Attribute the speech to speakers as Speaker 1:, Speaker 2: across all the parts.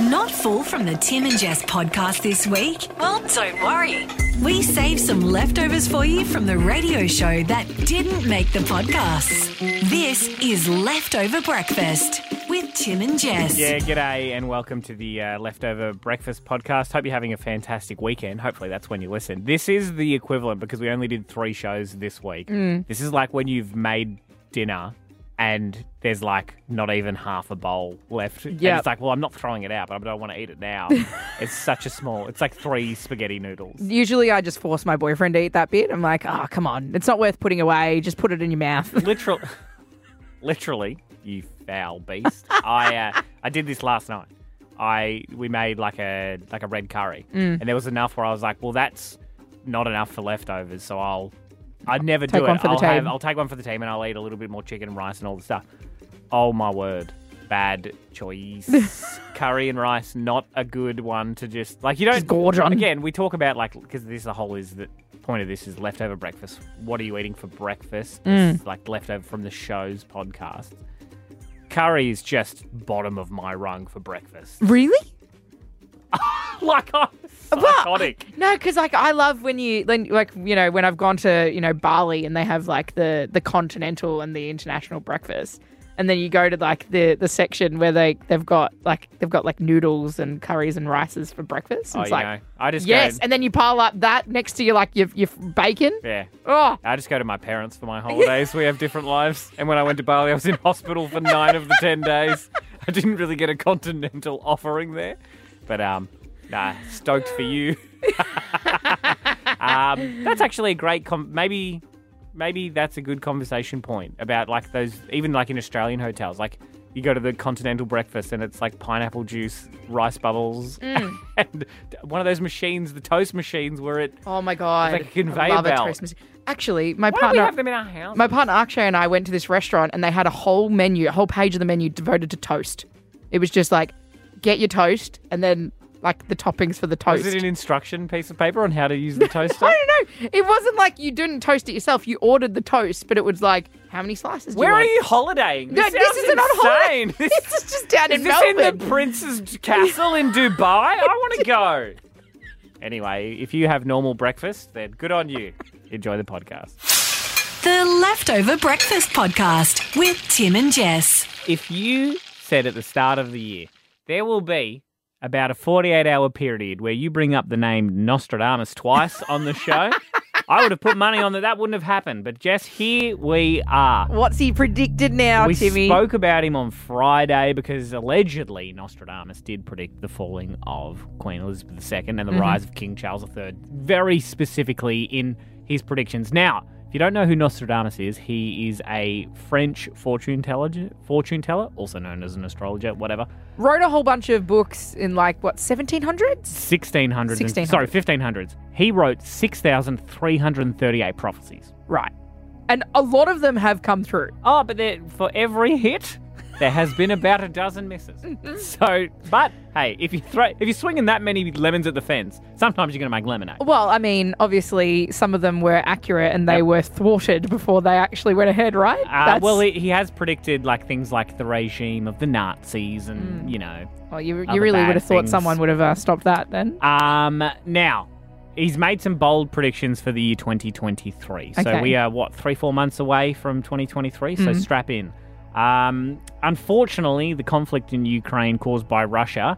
Speaker 1: Not full from the Tim and Jess podcast this week? Well, don't worry. We saved some leftovers for you from the radio show that didn't make the podcast. This is Leftover Breakfast with Tim and Jess.
Speaker 2: Yeah, g'day, and welcome to the uh, Leftover Breakfast podcast. Hope you're having a fantastic weekend. Hopefully, that's when you listen. This is the equivalent because we only did three shows this week. This is like when you've made dinner and there's like not even half a bowl left. And
Speaker 3: Yep.
Speaker 2: it's like, well, I'm not throwing it out, but I don't want to eat it now. it's such a small, it's like three spaghetti noodles.
Speaker 3: Usually I just force my boyfriend to eat that bit. I'm like, oh, come on. It's not worth putting away. Just put it in your mouth.
Speaker 2: Literal, literally, you foul beast. I uh, I did this last night. I we made like a like a red curry, and
Speaker 3: Mm.
Speaker 2: there was enough where I was like, well, that's not enough for leftovers, so I'll I'd never
Speaker 3: Take
Speaker 2: do
Speaker 3: one
Speaker 2: it.
Speaker 3: for the
Speaker 2: I'll have
Speaker 3: team.
Speaker 2: I'll take one for the team, and I'll eat a little bit more chicken and rice and all the stuff. Oh my word. Bad choice. Curry and rice, not a good one to just like you don't
Speaker 3: Just gorge on.
Speaker 2: Again, we talk about like because this the whole is the point of this is leftover breakfast. What are you eating for breakfast?
Speaker 3: Mm.
Speaker 2: This is like leftover from the show's podcast. Curry is just bottom of my rung for breakfast.
Speaker 3: really?
Speaker 2: Like I'm psychotic.
Speaker 3: No, because like I love when you when- like you know when I've gone to you know Bali and they have like the the continental and the international breakfast, and then you go to like the the section where they they've got like they've got like noodles and curries and rices for breakfast.
Speaker 2: Oh,
Speaker 3: It's
Speaker 2: you
Speaker 3: like
Speaker 2: know, I just
Speaker 3: yes,
Speaker 2: go,
Speaker 3: and then you pile up that next to your like your your bacon.
Speaker 2: yeah.
Speaker 3: Oh,
Speaker 2: I just go to my parents for my holidays. we have different lives. And when I went to Bali, I was in hospital for nine of the ten days. I didn't really get a continental offering there, but um, nah, stoked for you. um, that's actually a great com- maybe. Maybe that's a good conversation point about like those even like in Australian hotels like. You go to the continental breakfast and it's like pineapple juice, rice bubbles, and one of those machines, the toast machines, where it.
Speaker 3: oh my god!
Speaker 2: like a conveyor
Speaker 3: I love a
Speaker 2: belt.
Speaker 3: toast machine. Actually, my
Speaker 2: Why don't we
Speaker 3: partner
Speaker 2: have them in our house?
Speaker 3: my partner Akshay and I went to this restaurant and they had a whole menu, a whole page of the menu devoted to toast. It was just like, get your toast and then like the toppings for the toast.
Speaker 2: Is it an instruction piece of paper on how to use the toaster?
Speaker 3: I don't know. It wasn't like you didn't toast it yourself. You ordered the toast, but it was like, how many slices? do
Speaker 2: Where are
Speaker 3: want?
Speaker 2: you holidaying?
Speaker 3: No, this
Speaker 2: sounds
Speaker 3: isn't on holiday.
Speaker 2: insane.
Speaker 3: This is just down
Speaker 2: Is
Speaker 3: in
Speaker 2: this in
Speaker 3: Melbourne.
Speaker 2: the prince's castle in Dubai? I want to go. Anyway, if you have normal breakfast, then good on you. Enjoy the podcast.
Speaker 1: The Leftover Breakfast podcast with Tim and Jess.
Speaker 2: If you said at the start of the year, there will be about a 48 hour period where you bring up the name Nostradamus twice on the show, I would have put money on that. That wouldn't have happened. But Jess, here we are.
Speaker 3: What's he predicted now,
Speaker 2: we
Speaker 3: Timmy?
Speaker 2: spoke about him on Friday because allegedly Nostradamus did predict the falling of Queen Elizabeth II and the rise of King Charles III very specifically in his predictions. Now, if you don't know who Nostradamus is, he is a French fortune teller, fortune teller, also known as an astrologer, whatever.
Speaker 3: Wrote a whole bunch of books in like what 1700s?
Speaker 2: 1600s, and-
Speaker 3: 1600s.
Speaker 2: sorry, 1500s. He wrote 6,338 prophecies.
Speaker 3: Right. And a lot of them have come through.
Speaker 2: Oh, but there, for every hit, there has been about a dozen misses. So, but hey, if you throw, if you're swinging that many lemons at the fence, sometimes you're going to make lemonade. Uh,
Speaker 3: Well, I mean, obviously, some of them were accurate and they were thwarted before they actually went ahead, right?
Speaker 2: Uh, well, he, he has predicted like things like the regime of the Nazis, and you know.
Speaker 3: Well, you,
Speaker 2: other
Speaker 3: you really
Speaker 2: bad
Speaker 3: would have thought
Speaker 2: things.
Speaker 3: someone would have uh, stopped that then.
Speaker 2: Um, now he's made some bold predictions for the year 2023. So
Speaker 3: Okay. Mm-hmm.
Speaker 2: we are what three, four months away from 2023. So strap in. Um, unfortunately, the conflict in Ukraine caused by Russia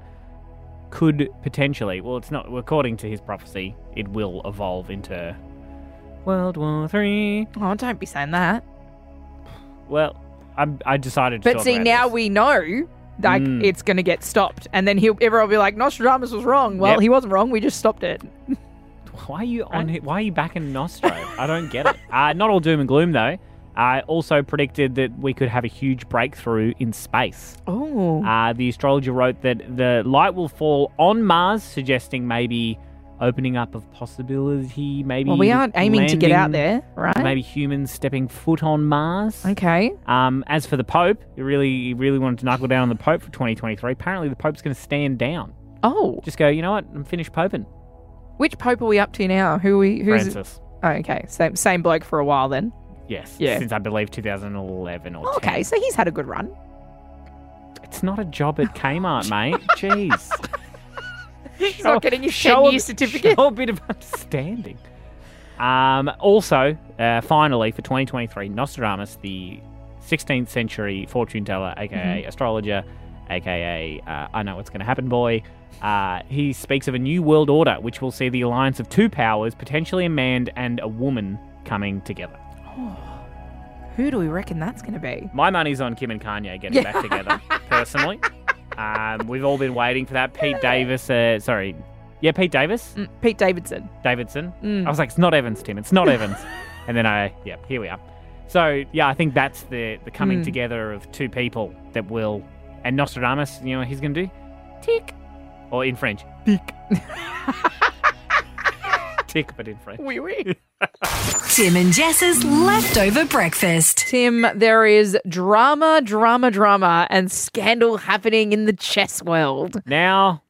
Speaker 2: could potentially, well, it's not, according to his prophecy, it will evolve into World War Three.
Speaker 3: Oh, don't be saying that.
Speaker 2: Well, I'm, I decided. To
Speaker 3: But
Speaker 2: talk
Speaker 3: see,
Speaker 2: about
Speaker 3: now
Speaker 2: this.
Speaker 3: we know, like,
Speaker 2: Mm.
Speaker 3: it's going to get stopped. And then he'll, everyone will be like, Nostradamus was wrong. Well,
Speaker 2: Yep.
Speaker 3: he wasn't wrong. We just stopped it.
Speaker 2: Why are you on? Why are you back in Nostro? I don't get it. Uh, not all doom and gloom though. I also predicted that we could have a huge breakthrough in space.
Speaker 3: Oh.
Speaker 2: Uh, the astrologer wrote that the light will fall on Mars, suggesting maybe opening up of possibility. Maybe
Speaker 3: well, we aren't aiming to get out
Speaker 2: landing,
Speaker 3: there, right?
Speaker 2: Maybe humans stepping foot on Mars.
Speaker 3: Okay.
Speaker 2: Um, as for the Pope, he really, he really wanted to knuckle down on the Pope for 2023. Apparently, the Pope's going to stand down.
Speaker 3: Oh,
Speaker 2: Just go. You know what? I'm finished poping.
Speaker 3: which pope are we up to now? Who are we? Who's?
Speaker 2: Francis.
Speaker 3: Oh, okay, same same bloke for a while then.
Speaker 2: Yes.
Speaker 3: Yeah. Oh,
Speaker 2: Since I believe 2011 or
Speaker 3: Okay,
Speaker 2: 10.
Speaker 3: so he's had a good run.
Speaker 2: It's not a job at Kmart, mate. Jeez.
Speaker 3: He's not getting his
Speaker 2: Show
Speaker 3: 10
Speaker 2: a-
Speaker 3: year certificate.
Speaker 2: Show a bit of understanding. Um, also, uh, finally, for 2023, Nostradamus, the 16th century fortune teller,
Speaker 3: Mm-hmm.
Speaker 2: aka astrologer, aka uh, I know what's going to happen boy, uh, he speaks of a new world order which will see the alliance of two powers, potentially a man and a woman, coming together.
Speaker 3: Who do we reckon that's going to be?
Speaker 2: My money's on Kim and Kanye getting back together, personally. Um, we've all been waiting for that. Pete Davis, uh, sorry. Yeah, Pete Davis?
Speaker 3: Mm, Pete Davidson.
Speaker 2: Davidson. I was like, it's not Evans, Tim. It's not Evans. And then I, yeah, here we are. So yeah, I think that's the the coming together of two people that will. And Nostradamus, you know, what he's going to do tick, or in French, tick, tick, but in French.
Speaker 3: Wee wee.
Speaker 1: Tim and Jess's leftover breakfast.
Speaker 3: Tim, there is drama, drama, drama, and scandal happening in the chess world.
Speaker 2: Now,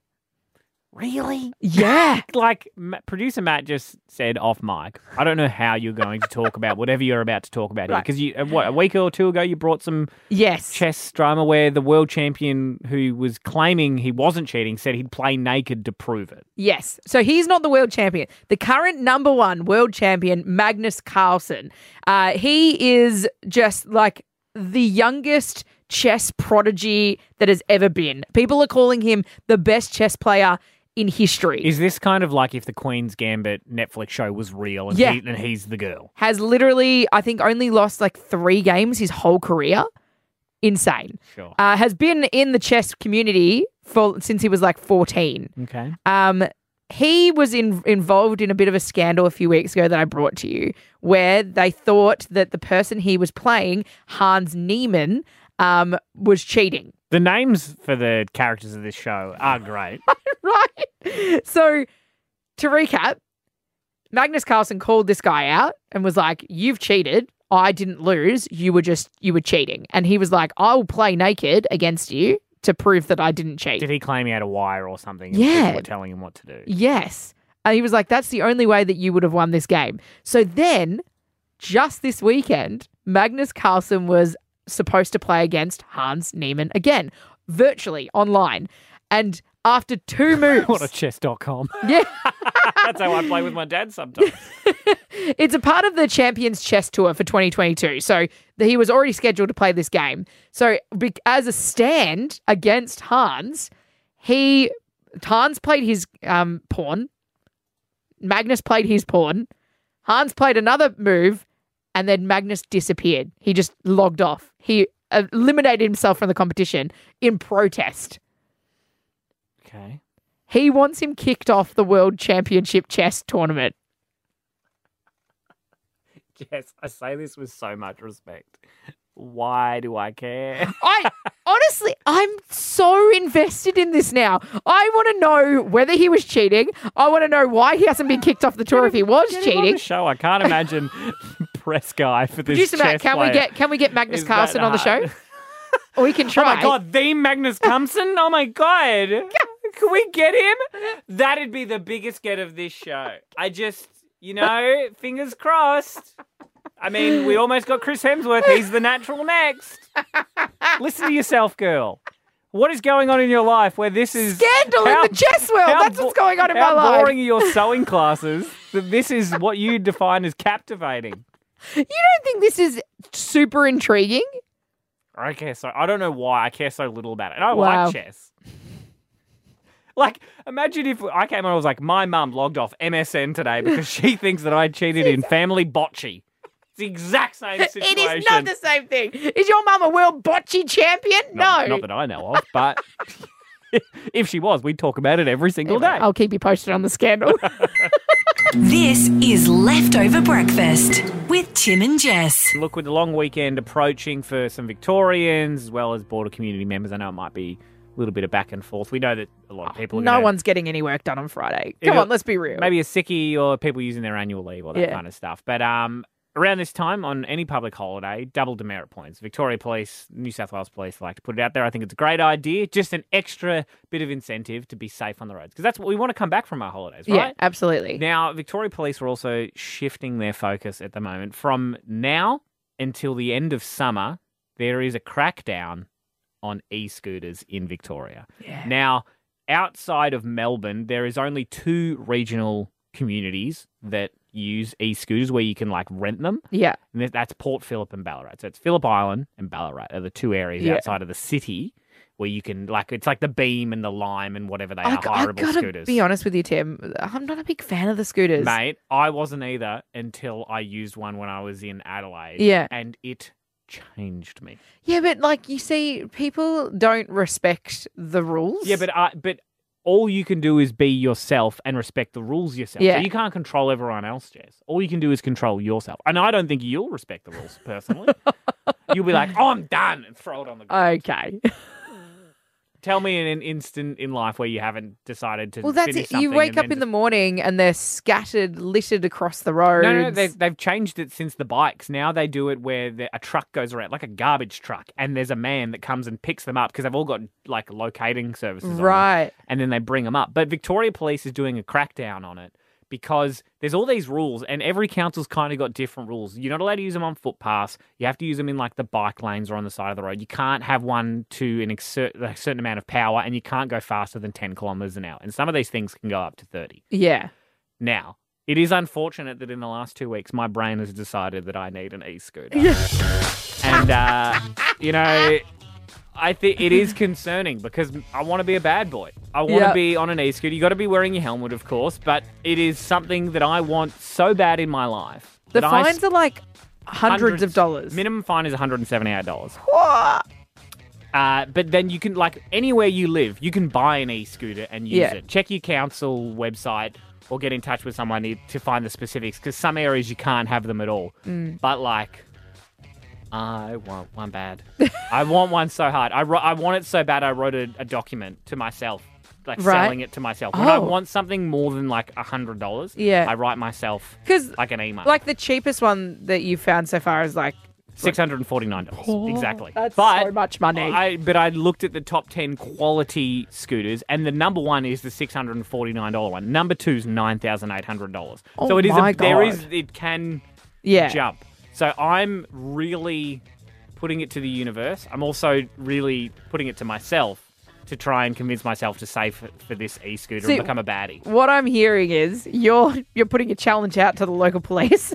Speaker 2: really,
Speaker 3: Yeah.
Speaker 2: like Ma- producer Matt just said off mic, I don't know how you're going to talk about whatever you're about to talk about here
Speaker 3: Right.
Speaker 2: because you uh, what a week or two ago you brought some
Speaker 3: yes.
Speaker 2: chess drama where the world champion who was claiming he wasn't cheating said he'd play naked to prove it.
Speaker 3: Yes. So he's not the world champion. The current number one world champion, Magnus Carlsen, uh, he is just like the youngest chess prodigy that has ever been. People are calling him the best chess player in history.
Speaker 2: Is this kind of like if the Queen's Gambit Netflix show was real and,
Speaker 3: Yeah.
Speaker 2: he, and he's the girl?
Speaker 3: has literally, I think, only lost like three games his whole career. Insane.
Speaker 2: Sure.
Speaker 3: Uh, has been in the chess community for since he was like 14.
Speaker 2: Okay.
Speaker 3: Um, he was in, involved in a bit of a scandal a few weeks ago that I brought to you, where they thought that the person he was playing, Hans Niemann, um, was cheating.
Speaker 2: The names for the characters of this show are great.
Speaker 3: Right. So, to recap, Magnus Carlsen called this guy out and was like, "You've cheated. I didn't lose. You were just you were cheating." And he was like, "I will play naked against you to prove that I didn't cheat."
Speaker 2: Did he claim he had a wire or something? And people
Speaker 3: Yeah.
Speaker 2: were telling him what to do.
Speaker 3: Yes. And he was like, that's the only way that you would have won this game. So then, just this weekend, Magnus Carlsen was supposed to play against Hans Niemann again, virtually online. And after two moves,
Speaker 2: What a chess.com.
Speaker 3: yeah,
Speaker 2: That's how I play with my dad sometimes.
Speaker 3: it's a part of the Champions Chess Tour for 2022. So the, he was already scheduled to play this game. So be- as a stand against Hans, he Hans played his um, pawn. Magnus played his pawn. Hans played another move, and then Magnus disappeared. He just logged off. He eliminated himself from the competition in protest.
Speaker 2: Okay.
Speaker 3: He wants him kicked off the World Championship chess tournament.
Speaker 2: Yes, I say this with so much respect. Why do I care?
Speaker 3: I honestly, I'm so invested in this now. I want to know whether he was cheating. I want to know why he hasn't been kicked off the tour if he was
Speaker 2: Get him on the
Speaker 3: cheating.
Speaker 2: show. I can't imagine press guy for this.
Speaker 3: Producer Matt,
Speaker 2: chess
Speaker 3: can we
Speaker 2: player.
Speaker 3: get can we get Magnus
Speaker 2: Is that
Speaker 3: Carlsen on the show?
Speaker 2: hard?
Speaker 3: Or we can
Speaker 2: Oh
Speaker 3: try.
Speaker 2: my god, the Magnus Carlsen! Oh my god, can we get him? That'd be the biggest get of this show. I just, you know, fingers crossed. I mean, we almost got Chris Hemsworth. He's the natural next. Listen to yourself, girl. What is going on in your life where this is
Speaker 3: Scandal in
Speaker 2: how-
Speaker 3: the chess world.
Speaker 2: how
Speaker 3: That's what's
Speaker 2: bo-
Speaker 3: going on in my
Speaker 2: how
Speaker 3: life.
Speaker 2: boring are your sewing classes that this is what you define as captivating?
Speaker 3: You don't think this is super intriguing?
Speaker 2: I care so. I don't know why I care so little about it. And I
Speaker 3: Wow.
Speaker 2: like chess. Like, imagine if I came on and was like, my mum logged off MSN today because she thinks that I cheated in family bocce. It's the exact same situation.
Speaker 3: It is not the same thing. Is your mum a world bocce champion?
Speaker 2: Not-
Speaker 3: no.
Speaker 2: Not that I know of, but if she was, we'd talk about it every single day.
Speaker 3: I'll keep you posted on the scandal.
Speaker 1: This is leftover breakfast with Tim and Jess.
Speaker 2: Look, with the long weekend approaching for some Victorians as well as border community members, I know it might be a little bit of back and forth. We know that a lot of people are
Speaker 3: Oh, no
Speaker 2: gonna-
Speaker 3: one's getting any work done on Friday.
Speaker 2: If
Speaker 3: Come
Speaker 2: you're-
Speaker 3: on, let's be real.
Speaker 2: maybe a sickie or people using their annual leave or that
Speaker 3: Yeah.
Speaker 2: kind of stuff. But um, around this time on any public holiday, double demerit points. Victoria Police, New South Wales Police like to put it out there. I think it's a great idea, just an extra bit of incentive to be safe on the roads because that's what we want to come back from our holidays,
Speaker 3: Yeah,
Speaker 2: right?
Speaker 3: absolutely.
Speaker 2: Now, Victoria Police are also shifting their focus at the moment. From now until the end of summer, there is a crackdown on e scooters in Victoria.
Speaker 3: Yeah.
Speaker 2: Now, outside of Melbourne, there is only two regional communities that use e scooters where you can like rent them.
Speaker 3: Yeah.
Speaker 2: And that- that's Port Phillip and Ballarat. So it's Phillip Island and Ballarat are the two areas
Speaker 3: Yeah.
Speaker 2: outside of the city where you can like it's like the Beam and the Lime and whatever they
Speaker 3: I,
Speaker 2: are
Speaker 3: g- I
Speaker 2: hireable
Speaker 3: gotta
Speaker 2: scooters.
Speaker 3: be honest with you, Tim. I'm not a big fan of the scooters.
Speaker 2: Mate, I wasn't either until I used one when I was in Adelaide.
Speaker 3: Yeah.
Speaker 2: And it changed me.
Speaker 3: Yeah, but like you see, people don't respect the rules.
Speaker 2: Yeah, but I but all you can do is be yourself and respect the rules yourself.
Speaker 3: Yeah.
Speaker 2: So you can't control everyone else, Jess. All you can do is control yourself. And I don't think you'll respect the rules personally. you'll be like, oh, I'm done, and throw it on the ground.
Speaker 3: okay.
Speaker 2: Tell me in an instant in life where you haven't decided to.
Speaker 3: Well, that's
Speaker 2: finish
Speaker 3: it. You
Speaker 2: something
Speaker 3: wake
Speaker 2: and
Speaker 3: up
Speaker 2: then
Speaker 3: in the morning and they're scattered, littered across the road.
Speaker 2: just- No, no, no, they've, they've changed it since the bikes. Now they do it where the, a truck goes around, like a garbage truck, and there's a man that comes and picks them up because they've all got like locating services. on them.
Speaker 3: right.
Speaker 2: and then they bring them up. But Victoria Police is doing a crackdown on it because there's all these rules, and every council's kind of got different rules. You're not allowed to use them on footpaths. You have to use them in like the bike lanes or on the side of the road. You can't have one to an exer- a certain amount of power, and you can't go faster than 10 kilometers an hour. And some of these things can go up to 30.
Speaker 3: Yeah.
Speaker 2: Now, it is unfortunate that in the last two weeks, my brain has decided that I need an e scooter. and, uh, you know, I think it is concerning because I want to be a bad boy. I want to
Speaker 3: Yeah.
Speaker 2: be on an e scooter. you got to be wearing your helmet, of course, but it is something that I want so bad in my life.
Speaker 3: The
Speaker 2: that I
Speaker 3: fines
Speaker 2: sp-
Speaker 3: are like hundreds, of dollars.
Speaker 2: Minimum fine is $178. Ah!
Speaker 3: Whoa.
Speaker 2: Uh, but then you can like anywhere you live, you can buy an e-scooter and use
Speaker 3: Yeah.
Speaker 2: it. Check your council website or get in touch with someone i- to find the specifics because some areas you can't have them at all.
Speaker 3: Mm.
Speaker 2: But like, I want one bad. I want one so hard. I, wro- I want it so bad. I wrote a, a document to myself, like
Speaker 3: Right.
Speaker 2: selling it to myself. When I
Speaker 3: Oh.
Speaker 2: want something more than like a hundred dollars,
Speaker 3: Yeah.
Speaker 2: I write myself
Speaker 3: 'Cause,
Speaker 2: like an email,
Speaker 3: Like the cheapest one that you found so far is like
Speaker 2: six hundred and forty nine dollars exactly.
Speaker 3: That's
Speaker 2: but
Speaker 3: so much money.
Speaker 2: I, but I looked at the top 10 quality scooters, and the number one is the $649 one. Number two is $9,800. so
Speaker 3: Oh
Speaker 2: it is,
Speaker 3: my
Speaker 2: a, there is,
Speaker 3: God.
Speaker 2: it can
Speaker 3: yeah.
Speaker 2: jump. So I'm really putting it to the universe. I'm also really putting it to myself to try and convince myself to save for, for this e scooter
Speaker 3: See-
Speaker 2: and become a baddie.
Speaker 3: What I'm hearing is you're you're putting a challenge out to the local police.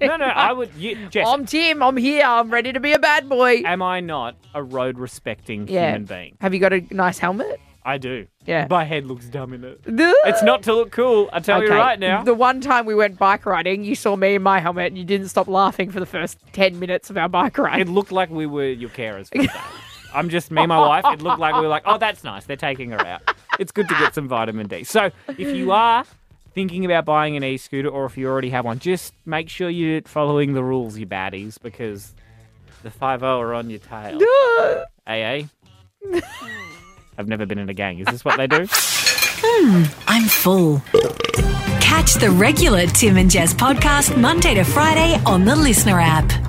Speaker 2: No, no, I would, you, Jess,
Speaker 3: I'm Tim. I'm here. I'm ready to be a bad boy.
Speaker 2: am I not a road respecting
Speaker 3: yeah.
Speaker 2: human being?
Speaker 3: Have you got a nice helmet?
Speaker 2: I do.
Speaker 3: Yeah.
Speaker 2: My head looks dumb in it. It's not to look cool. I tell you
Speaker 3: Okay,
Speaker 2: right now.
Speaker 3: The one time we went bike riding, you saw me in my helmet and you didn't stop laughing for the first 10 minutes of our bike
Speaker 2: It
Speaker 3: ride.
Speaker 2: looked like we were your carers. For the day. I'm just me and my wife. It looked like we were like, oh, that's nice. They're taking her out. It's good to get some vitamin D. So if you are thinking about buying an e-scooter or if you already have one, just make sure you're following the rules, you baddies, because the 5 are on your tail. AA? I've never been in a gang. Is this what they do?
Speaker 1: I'm full. Catch the regular Tim and Jess podcast Monday to Friday on the Listener app.